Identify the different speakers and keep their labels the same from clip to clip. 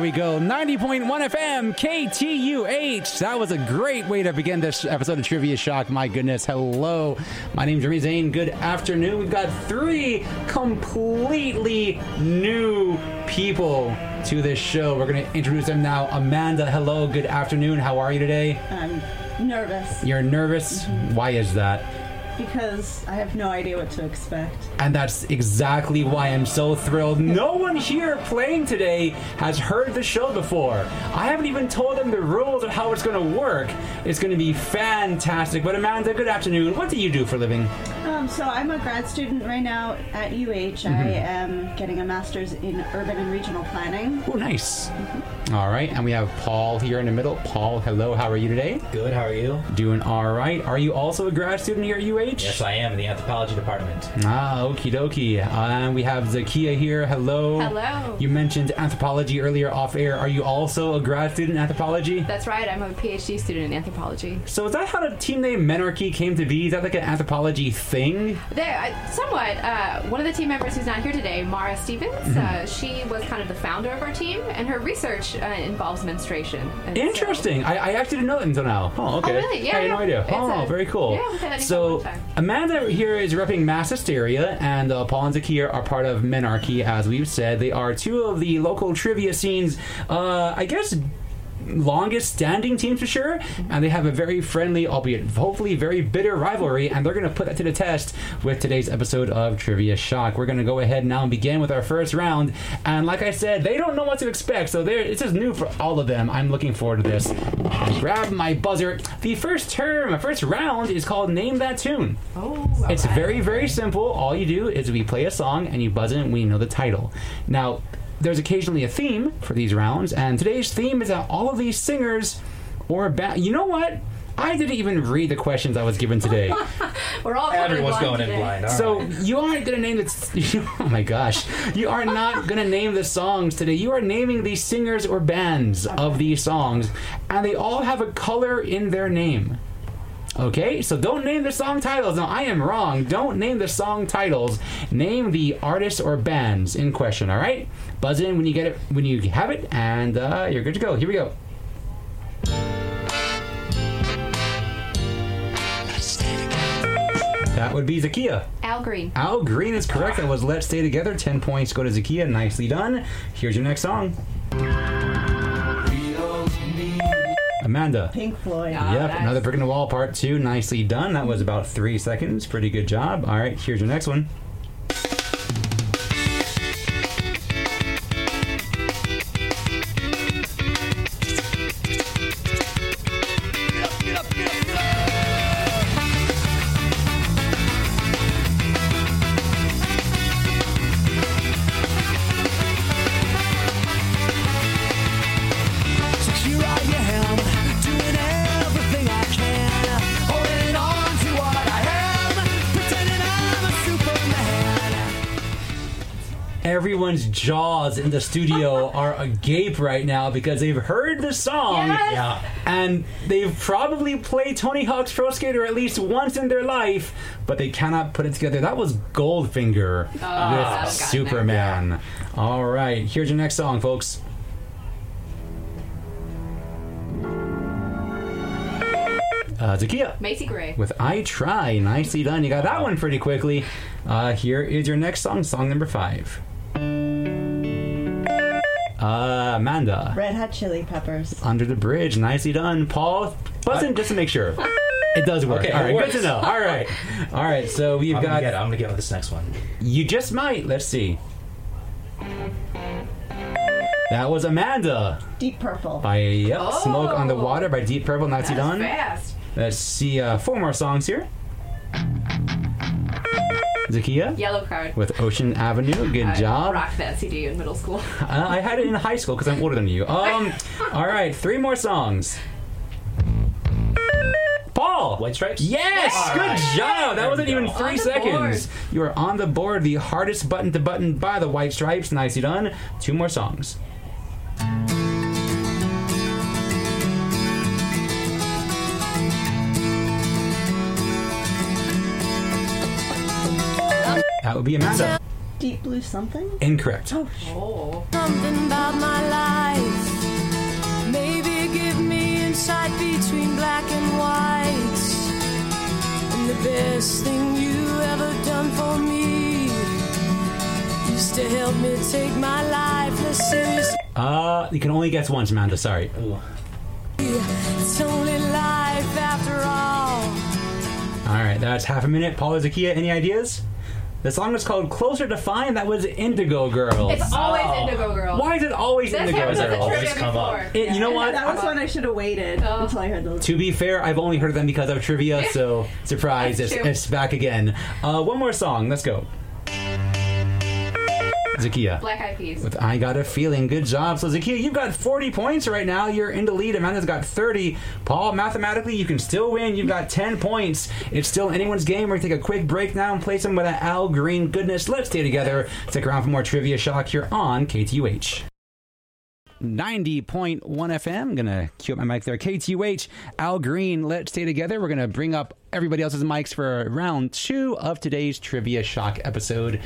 Speaker 1: we go. 90.1 FM, KTUH. That was a great way to begin this episode of Trivia Shock. My goodness. Hello. My name's Jeremy Zane. Good afternoon. We've got three completely new people to this show. We're going to introduce them now. Amanda, hello. Good afternoon. How are you today?
Speaker 2: I'm nervous
Speaker 1: You're nervous? Why is that?
Speaker 2: because I have no idea what to expect.
Speaker 1: And that's exactly why I'm so thrilled. No one here playing today has heard the show before. I haven't even told them the rules of how it's going to work. It's going to be fantastic. But Amanda, good afternoon. What do you do for a living?
Speaker 2: Um, so I'm a grad student right now at UH. I am getting a master's in urban and regional planning.
Speaker 1: Oh, nice. Mm-hmm. All right. And we have Paul here in the middle. Paul, hello. How are you today?
Speaker 3: Good, how are you?
Speaker 1: Doing all right. Are you also a grad student here at UH?
Speaker 3: Yes, I am in the anthropology department.
Speaker 1: Ah, okie dokie. And we have Zakia here. Hello.
Speaker 4: Hello.
Speaker 1: You mentioned anthropology earlier off air. Are you also a grad student in anthropology?
Speaker 4: That's right. I'm a PhD student in anthropology.
Speaker 1: So is that how the team name Menarchy came to be? Is that like an anthropology thing?
Speaker 4: There, uh, somewhat. Uh, one of the team members who's not here today, Mara Stevens,
Speaker 1: Mm-hmm.
Speaker 4: uh, she was kind of the founder of our team, and her research uh, involves menstruation. And so-
Speaker 1: Interesting. I, I actually didn't know that until now. Oh, okay.
Speaker 4: really? Yeah,
Speaker 1: I had no
Speaker 4: yeah.
Speaker 1: idea.
Speaker 4: It's
Speaker 1: oh,
Speaker 4: a-
Speaker 1: very cool.
Speaker 4: yeah, we've had that name for a
Speaker 1: so
Speaker 4: long time.
Speaker 1: Amanda here is repping Mass Hysteria, and uh, Paul and Zakia are part of Menarchy, as we've said. They are two of the local trivia scenes. Uh, I guess. Longest standing teams for sure, and they have a very friendly, albeit hopefully very bitter rivalry, and they're going to put that to the test with today's episode of Trivia Shock. We're going to go ahead now and begin with our first round, and like I said, they don't know what to expect, so they're, this is new for all of them. I'm looking forward to this. Grab my buzzer. The first term, my first round is called Name That Tune.
Speaker 4: Oh,
Speaker 1: It's
Speaker 4: alright.
Speaker 1: very, very simple. All you do is we play a song and you buzz in and we know the title. Now, there's occasionally a theme for these rounds, and today's theme is that all of these singers or ba- you know what? I didn't even read the questions I was given today.
Speaker 4: We're all covered
Speaker 3: Everyone's
Speaker 4: blind
Speaker 3: going in
Speaker 4: today.
Speaker 3: blind. all
Speaker 1: So
Speaker 3: right.
Speaker 1: you aren't gonna name the. oh my gosh, you are not gonna name the songs today. You are naming the singers or bands of these songs, and they all have a color in their name. Okay, so don't name the song titles. Now I am wrong. Don't name the song titles. Name the artists or bands in question. All right, buzz in when you get it when you have it, and uh, you're good to go. Here we go. That would be Zakia.
Speaker 4: Al Green.
Speaker 1: Al Green is correct. That was Let's Stay Together. 10 points go to Zakia. Nicely done. Here's your next song. Amanda.
Speaker 2: Pink Floyd.
Speaker 4: Yeah.
Speaker 1: Yep,
Speaker 4: nice.
Speaker 1: another brick in the wall, part two. Nicely done. That was about three seconds. Pretty good job. All right, here's your next one.
Speaker 5: So here I am, doing everything I can, holding on to what I am, pretending I'm a superman.
Speaker 1: Everyone's jaws in the studio are agape right now because they've heard the song.
Speaker 4: Yes!
Speaker 3: yeah.
Speaker 1: And they've probably played Tony Hawk's Pro Skater at least once in their life, but they cannot put it together. That was Goldfinger
Speaker 4: Oh, gotten
Speaker 1: with
Speaker 3: Oh,
Speaker 4: there.
Speaker 1: Superman. All right, here's your next song, folks. Uh, Zakia
Speaker 4: Macy Gray.
Speaker 1: with I Try. Nicely done. You got that one pretty quickly. Uh, here is your next song, song number five. Uh, Amanda.
Speaker 2: Red Hot Chili Peppers.
Speaker 1: Under the Bridge. Nicely done, Paul. Buzz in just to make sure. It does work.
Speaker 3: Okay,
Speaker 1: All
Speaker 3: it
Speaker 1: right,
Speaker 3: works.
Speaker 1: good to know. All right, all right. So we've
Speaker 3: I'm gonna
Speaker 1: got.
Speaker 3: get. I'm gonna get with this next one.
Speaker 1: You just might. Let's see. That was Amanda
Speaker 2: Deep Purple.
Speaker 1: by yep,
Speaker 4: Oh.
Speaker 1: "Smoke on the Water" by Deep Purple. Nicely
Speaker 4: That's
Speaker 1: done.
Speaker 4: fast.
Speaker 1: Let's see uh, four more songs here. Zakia
Speaker 4: Yellow card.
Speaker 1: with "Ocean Avenue." Good
Speaker 4: I
Speaker 1: job.
Speaker 4: rocked that CD in middle school.
Speaker 1: Uh, I had it in high school because I'm older than you. Um, all right, three more songs. Paul.
Speaker 3: White Stripes.
Speaker 1: Yes,
Speaker 3: All
Speaker 1: good
Speaker 3: right.
Speaker 1: job. That
Speaker 3: There
Speaker 1: wasn't
Speaker 3: we
Speaker 1: even
Speaker 3: go.
Speaker 1: three
Speaker 4: On the
Speaker 1: seconds. You are on the board. The hardest button to button by the White Stripes. Nicely done. Two more songs. That would be Amanda.
Speaker 2: Deep Blue Something?
Speaker 1: Incorrect.
Speaker 2: Oh, sh-
Speaker 4: Oh.
Speaker 5: Something about my life. Maybe give me insight between black and white. And the best thing you ever done for me is to help me take my life less seriously.
Speaker 1: Uh, you can only guess once, Amanda. Sorry.
Speaker 3: Ooh.
Speaker 5: It's only life after all.
Speaker 1: All right, that's half a minute. Paula Zakia, any ideas? The song is called "Closer to Fine." That was Indigo Girls.
Speaker 4: It's always
Speaker 3: Oh.
Speaker 4: Indigo Girl.
Speaker 1: Why is it always
Speaker 4: This
Speaker 1: Indigo
Speaker 4: happens at the
Speaker 1: Girls?
Speaker 3: always
Speaker 4: trivia
Speaker 3: come up.
Speaker 4: before.
Speaker 1: It- you know what?
Speaker 2: that was one I should have waited
Speaker 4: Oh.
Speaker 2: until I heard those.
Speaker 1: To be fair, I've only heard of them because of trivia, so surprise,
Speaker 4: That's
Speaker 1: it's,
Speaker 4: true.
Speaker 1: it's back again. Uh, one more song, let's go. Zakia.
Speaker 4: Black Eyed Peas.
Speaker 1: With I Got a Feeling, good job. So, Zakia, you've got 40 points right now. You're in the lead. Amanda's got 30. Paul, mathematically, you can still win. You've got 10 points. It's still anyone's game. We're going to take a quick break now and play some with that Al Green goodness. Let's stay together. Stick around for more Trivia Shock here on KTUH. 90.1 FM. Gonna cue up my mic there. KTUH, Al Green, let's stay together. We're gonna bring up everybody else's mics for round two of today's Trivia Shock episode.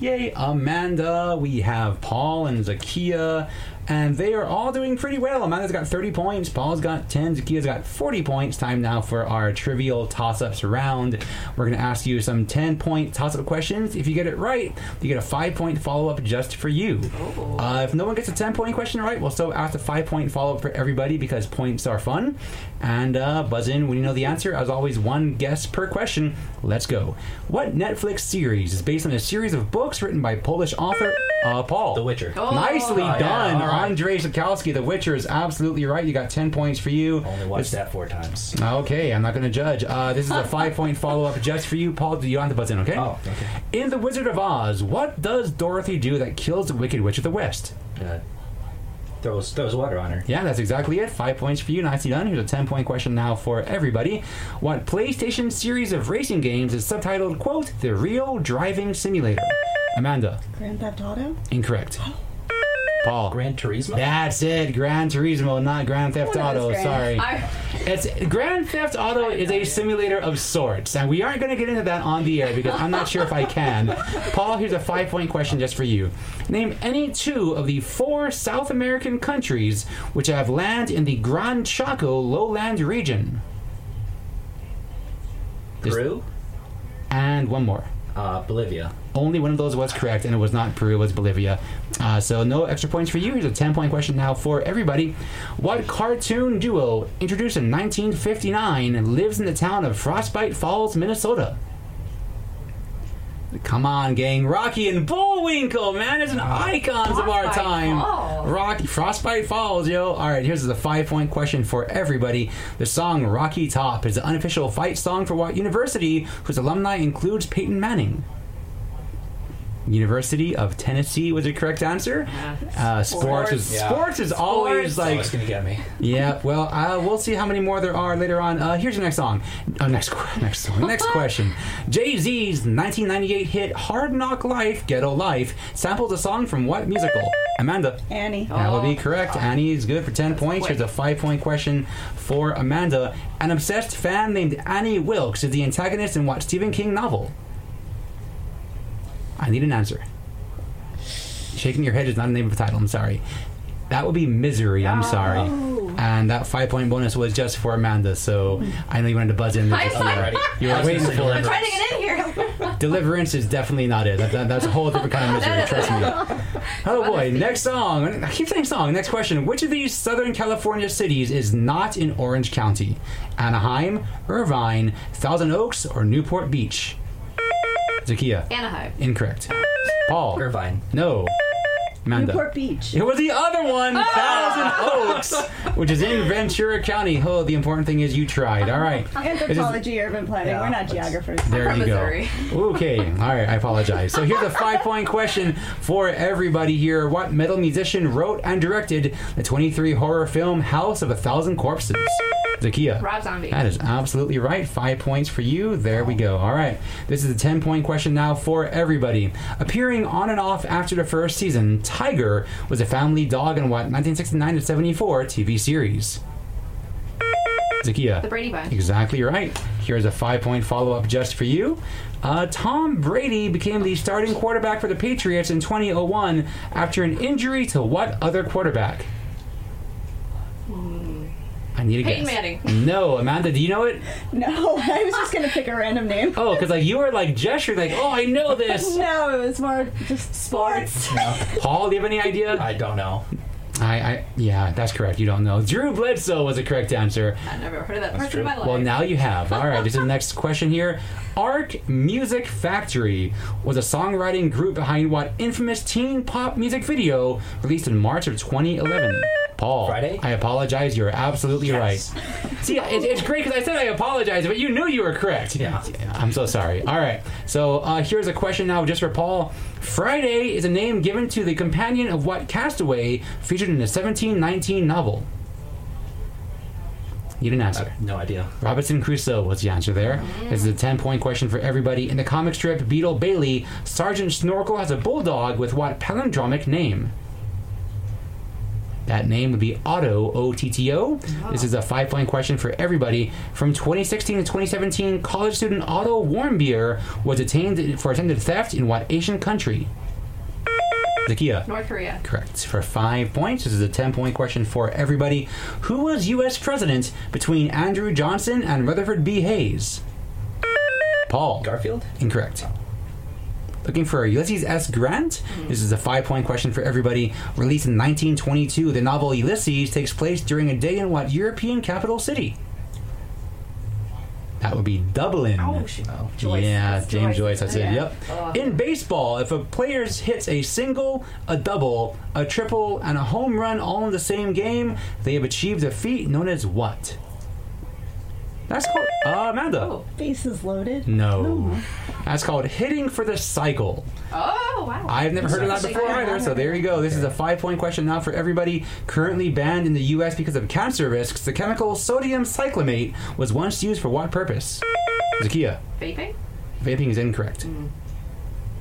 Speaker 1: Yay, Amanda. We have Paul and Zakia, and they are all doing pretty well. Amanda's got 30 points, Paul's got 10, Zakia's got 40 points. Time now for our trivial toss ups round. We're gonna ask you some 10 point toss up questions. If you get it right, you get a five point follow up just for you. Uh, if no one gets a 10 point question right, we'll still ask a 5 point follow up for everybody because points are fun. And uh, buzz in when you know the answer. As always, one guess per question. Let's go. What Netflix series is based on a series of books written by Polish author uh, Paul?
Speaker 3: The Witcher.
Speaker 4: Oh.
Speaker 1: Nicely
Speaker 4: Oh,
Speaker 3: yeah,
Speaker 1: done.
Speaker 3: all right.
Speaker 1: Andrzej Sapkowski, The Witcher, is absolutely right. You got 10 points for you.
Speaker 3: Only
Speaker 1: It's-
Speaker 3: watched that four times.
Speaker 1: Okay, I'm not going to judge. Uh, this is a five point follow up just for you, Paul. You don't have to buzz in, okay?
Speaker 3: Oh, okay.
Speaker 1: In The Wizard of Oz, what does Dorothy do that kills the Wicked Witch of the West?
Speaker 3: Uh, throws throws water on her.
Speaker 1: Yeah, that's exactly it. Five points for you. Nicely done. Here's a 10 point question now for everybody. What PlayStation series of racing games is subtitled, quote, The Real Driving Simulator? Amanda,
Speaker 2: Grand Theft Auto?
Speaker 1: incorrect. Paul.
Speaker 3: Gran Turismo.
Speaker 1: that's it. Gran Turismo, not Grand Theft
Speaker 2: One of those
Speaker 1: Auto. Sorry.
Speaker 2: Grand-
Speaker 4: I,
Speaker 1: It's Grand Theft Auto is a simulator of sorts, and we aren't going to get into that on the air because I'm not sure if I can. Paul, here's a five point question just for you. Name any two of the four South American countries which have land in the Gran Chaco lowland region. Just-
Speaker 3: Peru.
Speaker 1: And one more.
Speaker 3: Uh, Bolivia.
Speaker 1: Only one of those was correct, and it was not Peru, it was Bolivia. Uh, so, no extra points for you. Here's a 10 point question now for everybody. What cartoon duo, introduced in 1959, lives in the town of Frostbite Falls, Minnesota? Come on, gang. Rocky and Bullwinkle, man, is an icons of our
Speaker 4: Frostbite
Speaker 1: time.
Speaker 4: Falls.
Speaker 1: Rocky, Frostbite Falls, yo. All right, here's the five point question for everybody. The song Rocky Top is the unofficial fight song for what university, whose alumni includes Peyton Manning? University of Tennessee was the correct answer. Uh, sports, is
Speaker 3: Yeah.
Speaker 1: sports is always
Speaker 4: Sports.
Speaker 1: Oh, like
Speaker 3: Always Oh, gonna get me.
Speaker 1: yeah, well, uh, we'll see how many more there are later on. Uh, here's your next song. Uh, next, qu- next song. Next question. Jay Z's 1998 hit "Hard Knock Life" (Ghetto Life) samples a song from what musical? Amanda.
Speaker 2: Annie.
Speaker 1: That would be correct. Annie is good for 10 points. Here's a 5 point question for Amanda. An obsessed fan named Annie Wilkes is the antagonist in what Stephen King novel? I need an answer. Shaking your head is not the name of the title. I'm sorry. That would be Misery. I'm sorry. And that 5 point bonus was just for Amanda, so I know you wanted to buzz in.
Speaker 4: High
Speaker 1: Yeah.
Speaker 4: five.
Speaker 3: Alrighty.
Speaker 1: You were
Speaker 3: I was
Speaker 1: waiting
Speaker 3: gonna say
Speaker 1: for it.
Speaker 4: I'm
Speaker 3: Deliverance.
Speaker 4: trying to get in here.
Speaker 1: Deliverance is definitely not it. That, that- that's a whole different kind of misery. trust me. Oh boy. Next song. I keep saying song. Next question. Which of these Southern California cities is not in Orange County? Anaheim, Irvine, Thousand Oaks, or Newport Beach? Zakia.
Speaker 4: Anaheim.
Speaker 1: Incorrect. Paul.
Speaker 3: Irvine.
Speaker 1: No. Amanda.
Speaker 2: Newport Beach. Ah!
Speaker 1: It was the other one, Thousand Oaks, which is in Ventura County. Oh, the important thing is you tried. All right.
Speaker 2: Anthropology, urban planning.
Speaker 3: Yeah,
Speaker 2: We're not
Speaker 3: it's-
Speaker 2: geographers.
Speaker 1: There
Speaker 4: from
Speaker 1: you go.
Speaker 4: Missouri.
Speaker 1: Okay, all right, I apologize. So here's a five point question for everybody here. What metal musician wrote and directed the 23 horror film House of a Thousand Corpses? Zakia.
Speaker 4: Rob Zombie.
Speaker 1: That is absolutely right. Five points for you. There we go. All right. This is a 10 point question now for everybody. Appearing on and off after the first season, Tiger was a family dog in what 1969 to 74 TV series?
Speaker 4: The
Speaker 1: Zakia.
Speaker 4: Brady Bunch.
Speaker 1: Exactly right. Here's a five point follow up just for you. Uh, Tom Brady became the starting quarterback for the Patriots in 2001 after an injury to what other quarterback? I need a
Speaker 4: Peyton
Speaker 1: guess.
Speaker 4: Manning.
Speaker 1: No, Amanda, do you know it?
Speaker 2: No, I was just gonna pick a random name.
Speaker 1: Oh, because like you were like gesturing, like, oh, I know this.
Speaker 2: No, it was more just sports.
Speaker 1: Paul, do you have any idea?
Speaker 3: I don't know.
Speaker 1: I, I, yeah, that's correct. You don't know. Drew Bledsoe was the correct answer.
Speaker 4: I've never heard of that person in my life.
Speaker 1: Well, now you have. All right, this is the next question here. Arc Music Factory was a songwriting group behind what infamous teen pop music video released in March of 2011? Paul.
Speaker 3: Friday?
Speaker 1: I apologize. You're absolutely
Speaker 3: Yes.
Speaker 1: right. See, it, it's great because I said I apologize, but you knew you were correct.
Speaker 3: Yeah.
Speaker 1: I'm so sorry. All right. So uh, here's a question now just for Paul. Friday is a name given to the companion of what castaway featured in the 1719 novel? You didn't answer.
Speaker 3: No idea.
Speaker 1: Robinson Crusoe was the answer there. This is a 10 point question for everybody. In the comic strip Beetle Bailey, Sergeant Snorkel has a bulldog with what palindromic name? That name would be Otto, O T T O. This is a five point question for everybody. From 2016 to 2017, college student Otto Warmbier was detained for attempted theft in what Asian country? Zakia.
Speaker 4: North Korea.
Speaker 1: Correct. For five points, this is a 10 point question for everybody. Who was U.S. president between Andrew Johnson and Rutherford B. Hayes? Paul.
Speaker 3: Garfield?
Speaker 1: Incorrect. Looking for Ulysses S. Grant?
Speaker 4: Hmm.
Speaker 1: This is a five point question for everybody. Released in 1922, the novel Ulysses takes place during a day in what European capital city? That would be Dublin.
Speaker 4: Oh, she- oh, Joyce.
Speaker 1: Yeah,
Speaker 4: That's
Speaker 1: James Joyce,
Speaker 4: Joyce.
Speaker 1: that's it.
Speaker 4: Yeah.
Speaker 1: Yep.
Speaker 4: Oh.
Speaker 1: In baseball, if a player hits a single, a double, a triple, and a home run all in the same game, they have achieved a feat known as what? That's called uh, Amanda.
Speaker 4: Oh.
Speaker 2: Face is loaded.
Speaker 1: Hmm. No. That's called hitting for the cycle.
Speaker 4: Oh, wow.
Speaker 1: I've never heard of that before either, so there you go. This is a five point question now for everybody. Currently banned in the US because of cancer risks, the chemical sodium cyclamate was once used for what purpose? Zakia,
Speaker 4: Vaping?
Speaker 1: vaping is incorrect.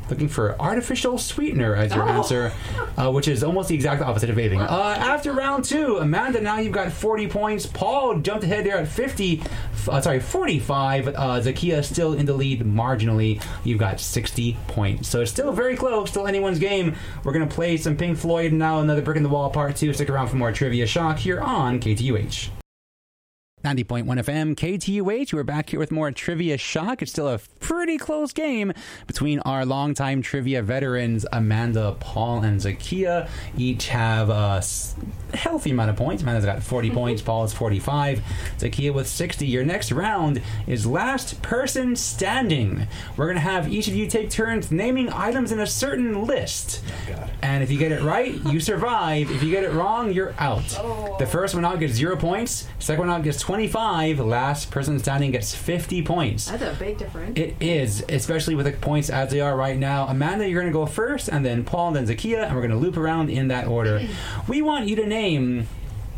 Speaker 1: Looking for artificial sweetener as your
Speaker 4: Oh.
Speaker 1: answer, uh, which is almost the exact opposite of vaping. Uh, after round two, Amanda, now you've got 40 points. Paul jumped ahead there at 50, f- uh, sorry, 45. Uh, Zakia still in the lead marginally. You've got 60 points. So it's still very close, still anyone's game. We're going to play some Pink Floyd now, another Brick in the Wall part two. Stick around for more Trivia Shock here on KTUH. 90.1 FM, KTUH. We're back here with more Trivia Shock. It's still a pretty close game between our longtime trivia veterans, Amanda, Paul, and Zakia. Each have a s- healthy amount of points. Amanda's got 40 points, Paul is 45, Zakia with 60. Your next round is Last Person Standing. We're going to have each of you take turns naming items in a certain list.
Speaker 3: God.
Speaker 1: And if you get it right, you survive. If you get it wrong, you're out. The first one out gets zero points. Second one out gets 25. Last person standing gets 50 points.
Speaker 4: That's a big difference.
Speaker 1: It is, especially with the points as they are right now. Amanda, you're going to go first, and then Paul, then Zakia, and we're going to loop around in that order. We want you to name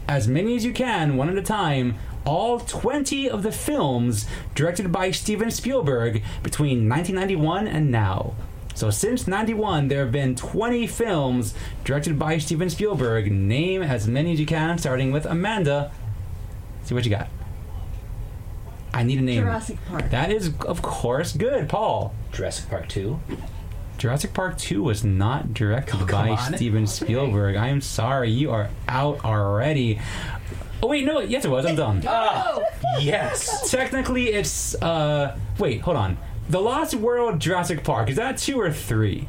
Speaker 1: as many as you can, one at a time, all 20 of the films directed by Steven Spielberg between 1991 and now. So since 91, there have been 20 films directed by Steven Spielberg. Name as many as you can, starting with Amanda. See what you got. I need a name.
Speaker 2: Jurassic Park.
Speaker 1: That is, of course, good, Paul.
Speaker 3: Jurassic Park 2?
Speaker 1: Jurassic Park 2 was not directed by
Speaker 3: Oh, on.
Speaker 1: Steven Spielberg. I am sorry, you are out already. Oh, wait, no, yes, it was. I'm dumb.
Speaker 4: oh,
Speaker 3: Yes!
Speaker 1: Technically, it's. uh Wait, hold on. The Lost World Jurassic Park. Is that two or three?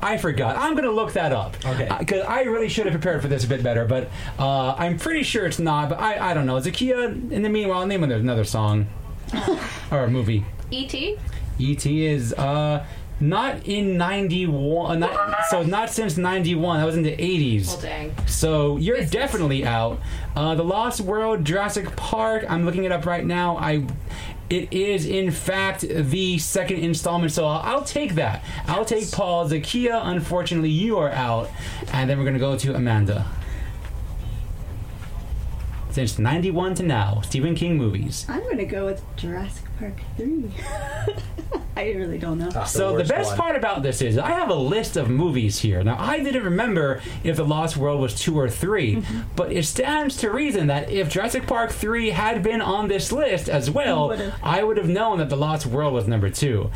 Speaker 1: I forgot. I'm going to look that up.
Speaker 3: Okay.
Speaker 1: Because I really should have prepared for this a bit better, but uh, I'm pretty sure it's not, but I, I don't know. Zakia, in the meanwhile, name another song or a movie.
Speaker 4: E.T.?
Speaker 1: ET E is uh not in 91 uh, not, so not since 91 that was in the 80s
Speaker 4: Well, dang.
Speaker 1: so you're
Speaker 4: This is-
Speaker 1: definitely out. Uh, the Lost World, Jurassic Park. I'm looking it up right now. I. It is in fact the second installment, so I'll, I'll take that. I'll take Paul Zakia. Unfortunately, you are out, and then we're gonna go to Amanda. since 91 to now, Stephen King movies.
Speaker 2: I'm gonna go with Jurassic Park three. I really don't know.
Speaker 3: Ah,
Speaker 1: So the
Speaker 3: worst
Speaker 1: best
Speaker 3: one.
Speaker 1: part about this is I have a list of movies here. Now I didn't remember if The Lost World was two or 3 but it stands to reason that if Jurassic Park three had been on this list as well,
Speaker 2: You would've.
Speaker 1: I would have known that The Lost World was number two.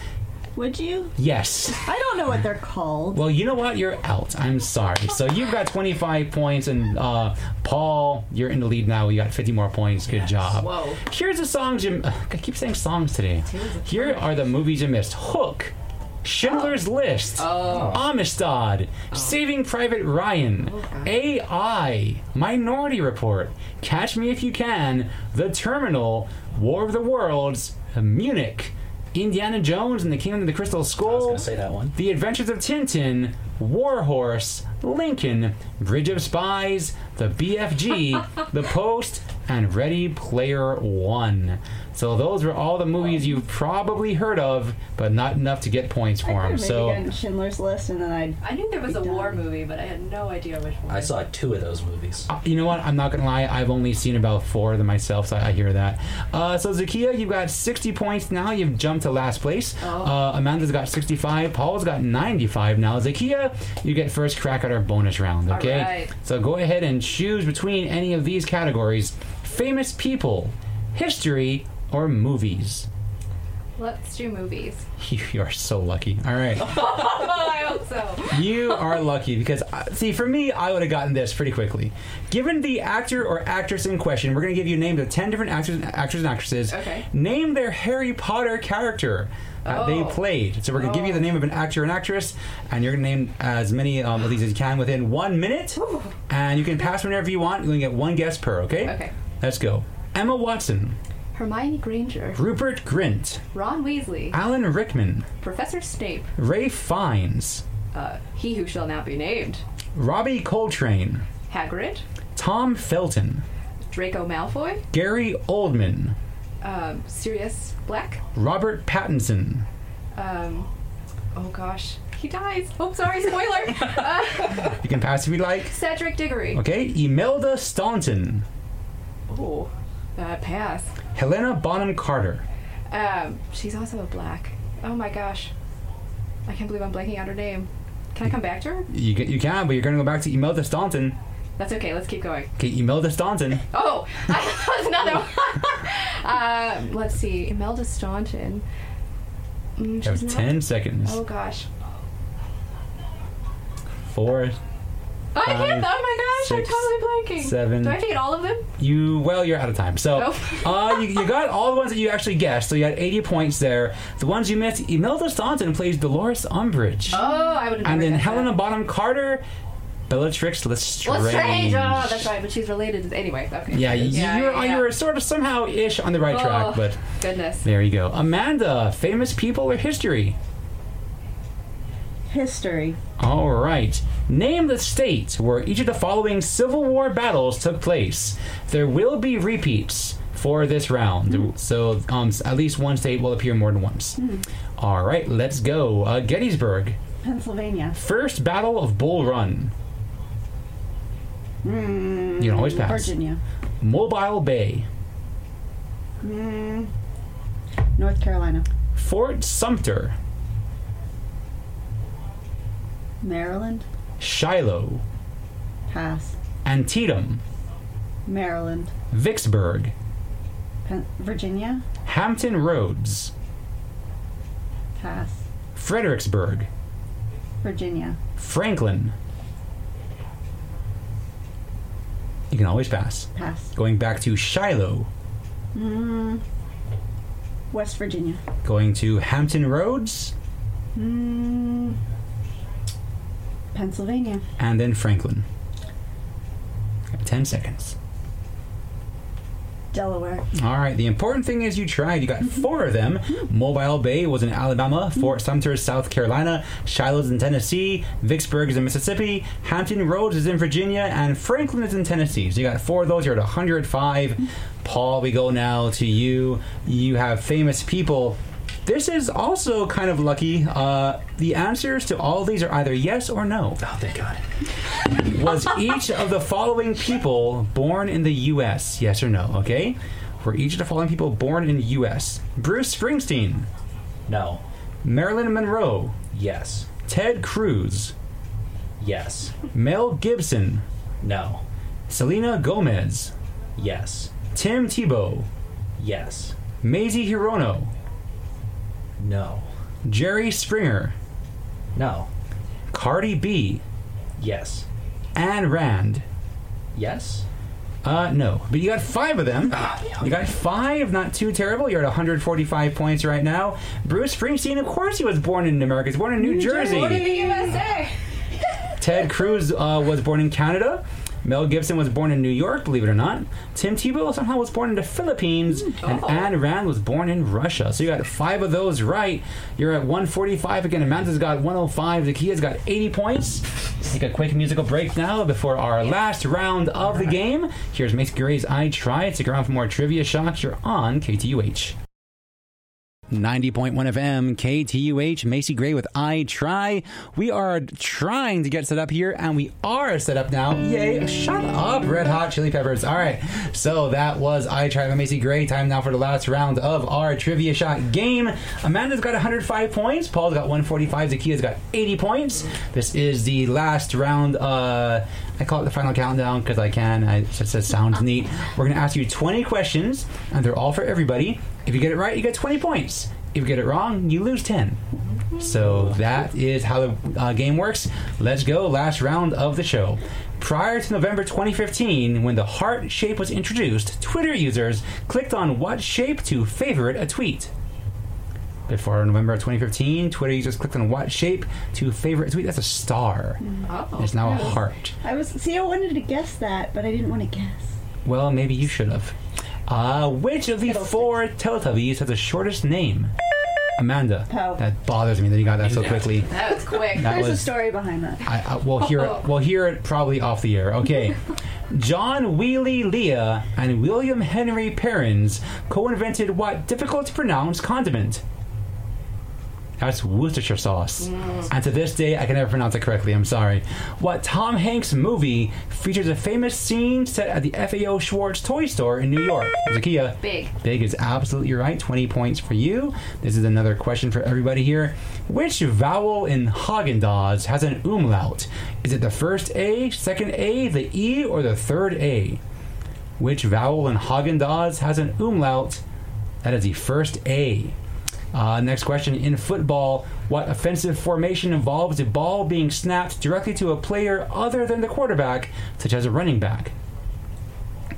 Speaker 2: Would you?
Speaker 1: Yes.
Speaker 2: I don't know what they're called.
Speaker 1: Well, you know what? You're out. I'm sorry. So you've got 25 points, and uh, Paul, you're in the lead now. You got 50 more points. Good job.
Speaker 4: Whoa.
Speaker 1: Here's the songs you. Uh, I keep saying songs today. Here are the movies you missed: Hook, Schindler's List, Amistad, Saving Private Ryan, AI, Minority Report, Catch Me If You Can, The Terminal, War of the Worlds, Munich. Indiana Jones and the Kingdom of the Crystal Skull.
Speaker 3: I was gonna say that one.
Speaker 1: The Adventures of Tintin, Warhorse, Lincoln, Bridge of Spies, The BFG, The Post, and Ready Player One. So those were all the movies you've probably heard of, but not enough to get points
Speaker 2: I
Speaker 1: for them.
Speaker 2: could've maybe
Speaker 1: So
Speaker 2: gotten Schindler's List, and then I'd.
Speaker 4: I knew there was a
Speaker 2: Be done.
Speaker 4: war movie, but I had no idea which one.
Speaker 3: I saw two of those movies.
Speaker 1: you know what? I'm not gonna lie. I've only seen about four of them myself, so I I hear that. Uh, so Zakia, you've got 60 points now. You've jumped to last place. Uh, Amanda's got 65. Paul's got 95 now. Zakia, you get first crack at our bonus round. Okay.
Speaker 4: right.
Speaker 1: So go ahead and choose between any of these categories: famous people, history, or movies.
Speaker 4: Let's do movies.
Speaker 1: You you are so lucky. All right.
Speaker 4: Oh, I hope so.
Speaker 1: You are lucky because, uh, see, for me, I would have gotten this pretty quickly. Given the actor or actress in question, we're going to give you names of 10 different actors, actors and actresses.
Speaker 4: Okay.
Speaker 1: Name their Harry Potter character that they
Speaker 4: Oh.
Speaker 1: played. So we're going to give you the name of an actor and actress, and you're going to name as many um, of these as you can within one minute. And you can pass whenever you want. You're going to get one guess per, okay?
Speaker 4: Okay.
Speaker 1: Let's go. Emma Watson,
Speaker 4: Hermione Granger,
Speaker 1: Rupert Grint,
Speaker 4: Ron Weasley,
Speaker 1: Alan Rickman,
Speaker 4: Professor Snape,
Speaker 1: Ray Fiennes,
Speaker 4: uh, He Who Shall Not Be Named,
Speaker 1: Robbie Coltrane,
Speaker 4: Hagrid,
Speaker 1: Tom Felton.
Speaker 4: Draco Malfoy,
Speaker 1: Gary Oldman,
Speaker 4: um, Sirius Black.
Speaker 1: Robert Pattinson,
Speaker 4: Um, oh gosh, he dies. Oh, sorry, spoiler. uh,
Speaker 1: you can pass if you like.
Speaker 4: Cedric Diggory.
Speaker 1: Okay, Imelda Staunton,
Speaker 4: Oh, uh, pass.
Speaker 1: Helena Bonham Carter,
Speaker 4: Um, she's also a black. Oh my gosh, I can't believe I'm blanking out her name. Can I come back to her?
Speaker 1: you ca- you can, but you're gonna go back to Imelda Staunton.
Speaker 4: That's okay. Let's keep going.
Speaker 1: Okay, Imelda Staunton.
Speaker 4: Oh, that's another one. um, let's see, Imelda Staunton. Mm,
Speaker 1: You
Speaker 4: she's
Speaker 1: have
Speaker 4: not-
Speaker 1: ten seconds.
Speaker 4: Oh gosh.
Speaker 1: Four,
Speaker 4: I
Speaker 1: Five,
Speaker 4: can't. Oh my gosh,
Speaker 1: six,
Speaker 4: I'm totally blanking.
Speaker 1: seven.
Speaker 4: Do I have to get all of them?
Speaker 1: You well, you're out of time. So,
Speaker 4: Oh.
Speaker 1: uh, you, you got all the ones that you actually guessed. So you had 80 points there. The ones you missed, Imelda Staunton plays Dolores Umbridge,
Speaker 4: Oh, I would
Speaker 1: and
Speaker 4: have. never
Speaker 1: then
Speaker 4: guessed that.
Speaker 1: Helena Bonham Carter, Bellatrix Lestrange.
Speaker 4: Well, strange. Oh, that's right. But she's related. to- Anyway, okay.
Speaker 1: Yeah, you,
Speaker 4: Yeah,
Speaker 1: you're, uh,
Speaker 4: yeah, yeah.
Speaker 1: you're sort of somehow ish on the right
Speaker 4: Oh.
Speaker 1: track, but
Speaker 4: Goodness.
Speaker 1: there you go. Amanda, famous people or history?
Speaker 2: History.
Speaker 1: All right. Name the state where each of the following Civil War battles took place. There will be repeats for this round,
Speaker 4: Hmm.
Speaker 1: so um, s- at least one state will appear more than once. All right, let's go. Uh, Gettysburg,
Speaker 2: Pennsylvania.
Speaker 1: first battle of Bull Run.
Speaker 4: Hmm.
Speaker 1: You can always pass.
Speaker 2: Virginia.
Speaker 1: Mobile Bay,
Speaker 2: North Carolina.
Speaker 1: Fort Sumter,
Speaker 2: Maryland.
Speaker 1: Shiloh,
Speaker 2: Pass.
Speaker 1: Antietam.
Speaker 2: Maryland.
Speaker 1: Vicksburg,
Speaker 2: Pen- Virginia.
Speaker 1: Hampton Roads,
Speaker 2: Pass.
Speaker 1: Fredericksburg,
Speaker 2: Virginia.
Speaker 1: Franklin. You can always pass.
Speaker 2: Pass.
Speaker 1: Going back to Shiloh,
Speaker 2: West Virginia.
Speaker 1: going to Hampton Roads,
Speaker 2: Mm, Pennsylvania.
Speaker 1: and then Franklin. Got 10 seconds.
Speaker 2: Delaware.
Speaker 1: All right, the important thing is you tried. You got four of them. Mobile Bay was in Alabama, Fort Sumter is South Carolina, Shiloh's in Tennessee, Vicksburg is in Mississippi, Hampton Roads is in Virginia, and Franklin is in Tennessee. So you got four of those. You're at 105. Paul, we go now to you. You have famous people This is also kind of lucky. Uh, the answers to all these are either yes or no.
Speaker 3: Oh, thank God.
Speaker 1: Was each of the following people born in the U.S.? Yes or no? Okay. Were each of the following people born in the U.S.? Bruce Springsteen,
Speaker 3: No.
Speaker 1: Marilyn Monroe,
Speaker 3: Yes.
Speaker 1: Ted Cruz,
Speaker 3: Yes.
Speaker 1: Mel Gibson,
Speaker 3: No.
Speaker 1: Selena Gomez,
Speaker 3: Yes.
Speaker 1: Tim Tebow,
Speaker 3: Yes.
Speaker 1: Maisie Hirono,
Speaker 3: No.
Speaker 1: Jerry Springer,
Speaker 3: No.
Speaker 1: Cardi B,
Speaker 3: Yes.
Speaker 1: Anne Rand.
Speaker 3: Yes.
Speaker 1: Uh, no. But you got five of them. You got five, not too terrible. You're at 145 points right now. Bruce Springsteen, of course, he was born in America. He's born in New, Jersey.
Speaker 4: USA.
Speaker 1: Ted Cruz uh, was born in Canada. Mel Gibson was born in New York, believe it or not. Tim Tebow somehow was born in the Philippines, and Anne Rand was born in Russia. So you got five of those right. You're at 145 again. Amanda's got 105. Zakia's got 80 points. Let's take a quick musical break now before our last round of the game. Here's Mace Gray's I Try. Stick around for more trivia shocks. You're on KTUH. 90.1 FM, KTUH, Macy Gray with I Try. We are trying to get set up here, and we are set up now. Yay! Shut up, Red Hot Chili Peppers. All right, so that was I Try by Macy Gray. Time now for the last round of our trivia shot game. Amanda's got 105 points, Paul's got 145, Zakia's got 80 points. This is the last round. Uh, I call it the final countdown because I can. I, it says sounds neat. We're going to ask you 20 questions, and they're all for everybody. If you get it right, you get 20 points. If you get it wrong, you lose 10. So that is how the uh, game works. Let's go. Last round of the show. Prior to November 2015, when the heart shape was introduced, Twitter users clicked on what shape to favorite a tweet. Before November 2015, Twitter users clicked on what shape to favorite a tweet. That's a star.
Speaker 4: Oh.
Speaker 1: It's now a heart.
Speaker 2: I was see, I wanted to guess that, but I didn't want to guess.
Speaker 1: Well, maybe you should have. Uh, which of the four Teletubbies has the shortest name? Amanda.
Speaker 2: Poe.
Speaker 1: That bothers me that you got that so quickly.
Speaker 4: That was quick.
Speaker 1: That
Speaker 2: Oh. There's a
Speaker 1: was.
Speaker 2: story behind that.
Speaker 1: I, I, we'll hear it. We'll hear it probably off the air. Okay. John Wheely Leah and William Henry Perrins co-invented what difficult to pronounce condiment? That's Worcestershire sauce. And to this day, I can never pronounce it correctly. I'm sorry. What Tom Hanks movie features a famous scene set at the FAO Schwartz toy store in New York? Zakia.
Speaker 4: Big.
Speaker 1: Big is absolutely right. 20 points for you. This is another question for everybody here. Which vowel in Haagen Dazs has an umlaut? Is it the first A, second A, the E, or the third A? Which vowel in Haagen Dazs has an umlaut? That is the first A. Uh, next question in football what offensive formation involves a ball being snapped directly to a player other than the quarterback such as a running back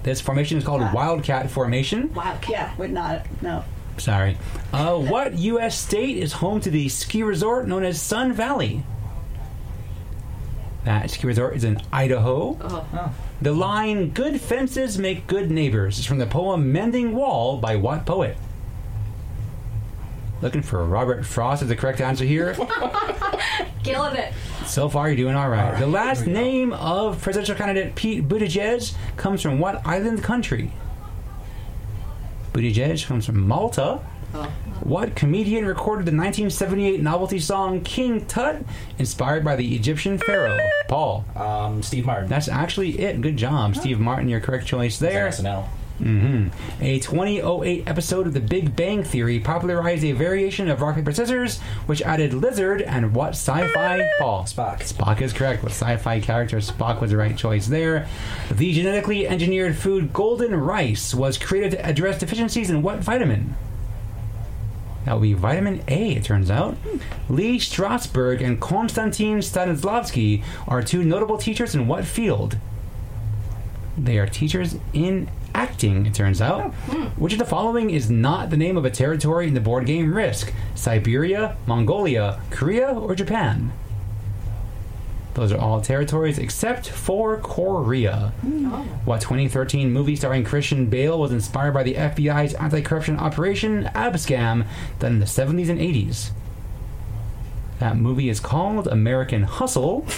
Speaker 1: this formation is called wildcat formation
Speaker 4: Wildcat.
Speaker 2: Yeah, would not. No.
Speaker 1: Sorry. Uh, what U.S. state is home to the ski resort known as Sun Valley? That ski resort is in Idaho.
Speaker 4: Oh.
Speaker 1: The line, Good fences make good neighbors, is from the poem Mending Wall by what poet? Looking for Robert Frost is the correct answer here.
Speaker 4: Killing it.
Speaker 1: So far, you're doing all right. the last name of presidential candidate Pete Buttigieg comes from what island country? Buttigieg comes from Malta. What comedian recorded the 1978 novelty song King Tut, inspired by the Egyptian pharaoh? Paul.
Speaker 3: Um, Steve Martin.
Speaker 1: That's actually it. Good job, Steve Martin. Your correct choice there.
Speaker 3: SNL.
Speaker 1: hmm A 2008 episode of The Big Bang Theory popularized a variation of rock paper scissors, which added lizard and what sci-fi? Paul.
Speaker 3: Spock.
Speaker 1: Spock is correct. With sci-fi character, Spock was the right choice there. The genetically engineered food golden rice was created to address deficiencies in what vitamin? That would be vitamin A, it turns out. Hmm. Lee Strasberg and Konstantin Stanislavski are two notable teachers in what field? They are teachers in acting, it turns out. Which of the following is not the name of a territory in the board game Risk? Siberia, Mongolia, Korea, or Japan? Those are all territories except for Korea.
Speaker 2: Mm.
Speaker 1: What 2013 movie starring Christian Bale was inspired by the FBI's anti corruption operation Abscam done in the 70s and 80s? That movie is called American Hustle.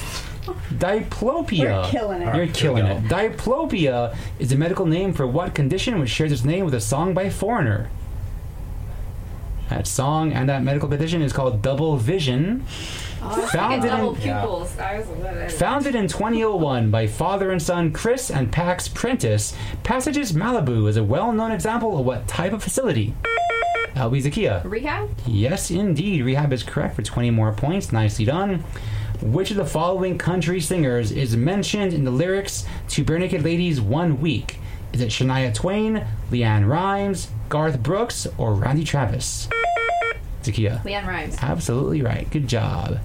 Speaker 1: Diplopia.
Speaker 2: We're killing it.
Speaker 1: You're
Speaker 3: we
Speaker 1: killing
Speaker 3: go.
Speaker 1: it. Diplopia is a medical name for what condition which shares its name with a song by Foreigner? That song and that medical petition is called Double Vision.
Speaker 4: Oh, I
Speaker 1: Founded
Speaker 4: get double
Speaker 1: in-
Speaker 3: Yeah.
Speaker 4: pupils. I was a little.
Speaker 1: Founded in 2001 by father and son Chris and Pax Prentice, Passages Malibu is a well known example of what type of facility? Albi Zakia.
Speaker 4: Rehab?
Speaker 1: Yes, indeed. Rehab is correct for 20 more points. Nicely done. Which of the following country singers is mentioned in the lyrics to Bare Naked Ladies One Week? Is it Shania Twain, Leanne Rhymes, Garth Brooks, or Randy Travis? Zakia.
Speaker 4: Leanne Rhymes.
Speaker 1: Absolutely right. Good job.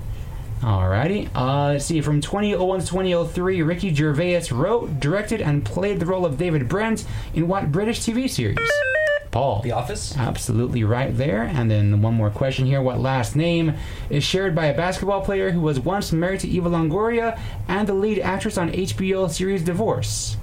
Speaker 1: Alrighty. Uh, let's see. From 2001 to 2003, Ricky Gervais wrote, directed, and played the role of David Brent in what British TV series? Paul.
Speaker 3: The Office?
Speaker 1: Absolutely right there. And then one more question here. What last name is shared by a basketball player who was once married to Eva Longoria and the lead actress on HBO series Divorce?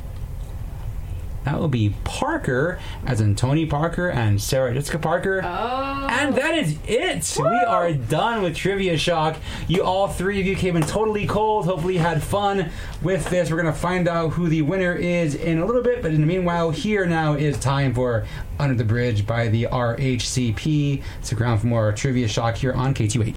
Speaker 1: That would be Parker, as in Tony Parker and Sarah Jessica Parker.
Speaker 4: Oh.
Speaker 1: And that is it. We are done with Trivia Shock. You all three of you came in totally cold. Hopefully, you had fun with this. We're going to find out who the winner is in a little bit. But in the meanwhile, here now is time for Under the Bridge by the RHCP. Stick around for more Trivia Shock here on KTUH.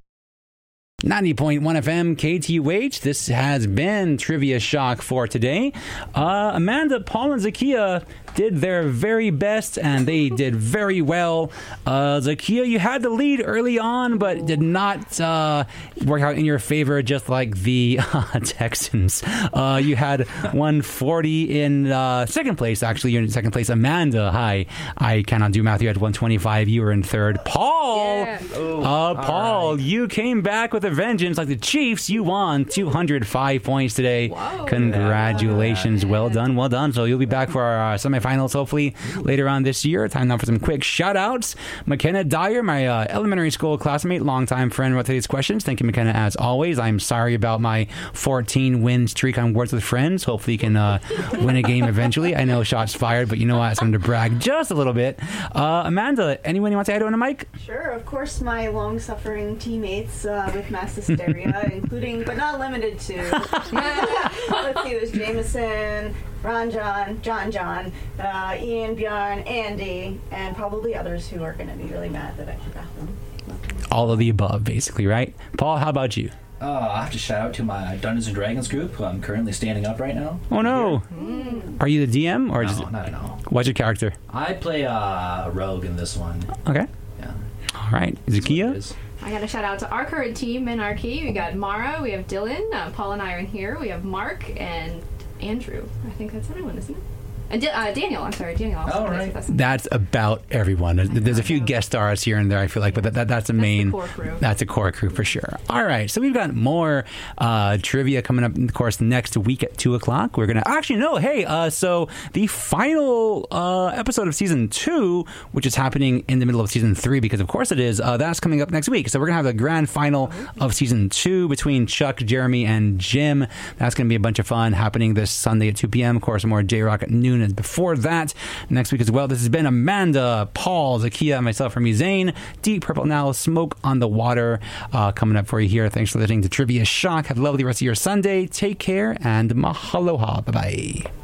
Speaker 1: 90.1 FM KTUH. This has been Trivia Shock for today. Uh, Amanda, Paul, and Zakia did their very best and they did very well. Uh, Zakia, you had the lead early on, but did not uh, work out in your favor, just like the uh, Texans. Uh, you had 140 in uh, second place, actually. You're in second place. Amanda, hi. I cannot do math. You had 125. You were in third. Paul!
Speaker 4: Yeah.
Speaker 1: Uh, Paul, you came back with a vengeance like the Chiefs. You won 205 points today.
Speaker 4: Whoa.
Speaker 1: Congratulations. Well done. Well done. So you'll be back for our uh, semifinals hopefully later on this year. Time now for some quick shout outs. McKenna Dyer, my uh, elementary school classmate, longtime friend, wrote today's questions. Thank you, McKenna, as always. I'm sorry about my 14 win streak on Words with Friends. Hopefully, you can uh, win a game eventually. I know shots fired, but you know what? It's time to brag just a little bit. Uh, Amanda, anyone you want to add on the mic?
Speaker 2: Sure, of course, my long suffering teammates uh, with mass hysteria, including but not limited to. Let's see, there's Jameson, Ron John, John John, uh, Ian, Bjorn, Andy, and probably others who are going to be really mad that I forgot them.
Speaker 1: all of the above, basically, right? Paul, how about you?
Speaker 3: Uh, I have to shout out to my Dungeons and Dragons group, who I'm currently standing up right now.
Speaker 1: Oh no, are you the DM or just
Speaker 3: No, not at all.
Speaker 1: what's your character?
Speaker 3: I play uh, a rogue in this one.
Speaker 1: Okay,
Speaker 3: Yeah.
Speaker 1: all right,
Speaker 3: It
Speaker 1: Zakia.
Speaker 3: is.
Speaker 4: I got a shout out to our current team, Minarchy. We got Mara, we have Dylan, uh, Paul and I are in here. We have Mark and Andrew. I think that's everyone, isn't it? And Di- uh, Daniel, I'm sorry, Daniel. Also
Speaker 3: All
Speaker 4: plays
Speaker 3: right.
Speaker 4: with us.
Speaker 1: That's about everyone. There's- There's a few guest stars here and there, I feel like, but that, that, that's a main.
Speaker 4: core crew.
Speaker 1: That's a core crew for sure. All right, so we've got more uh, trivia coming up, of course, next week at two o'clock. We're gonna actually no, hey, uh, so the final uh, episode of season two, which is happening in the middle of season three, because of course it is. Uh, that's coming up next week. So we're gonna have the grand final of season two between Chuck, Jeremy, and Jim. That's gonna be a bunch of fun happening this Sunday at two p.m. Of course, more J Rock at noon, and before that next week as well. This has been Amanda, Paul, Zakia, and myself from Zane. Deep Purple Now, Smoke on the Water, uh, coming up for you here. Thanks for listening to Trivia Shock. Have a lovely rest of your Sunday. Take care and mahaloha. Bye bye.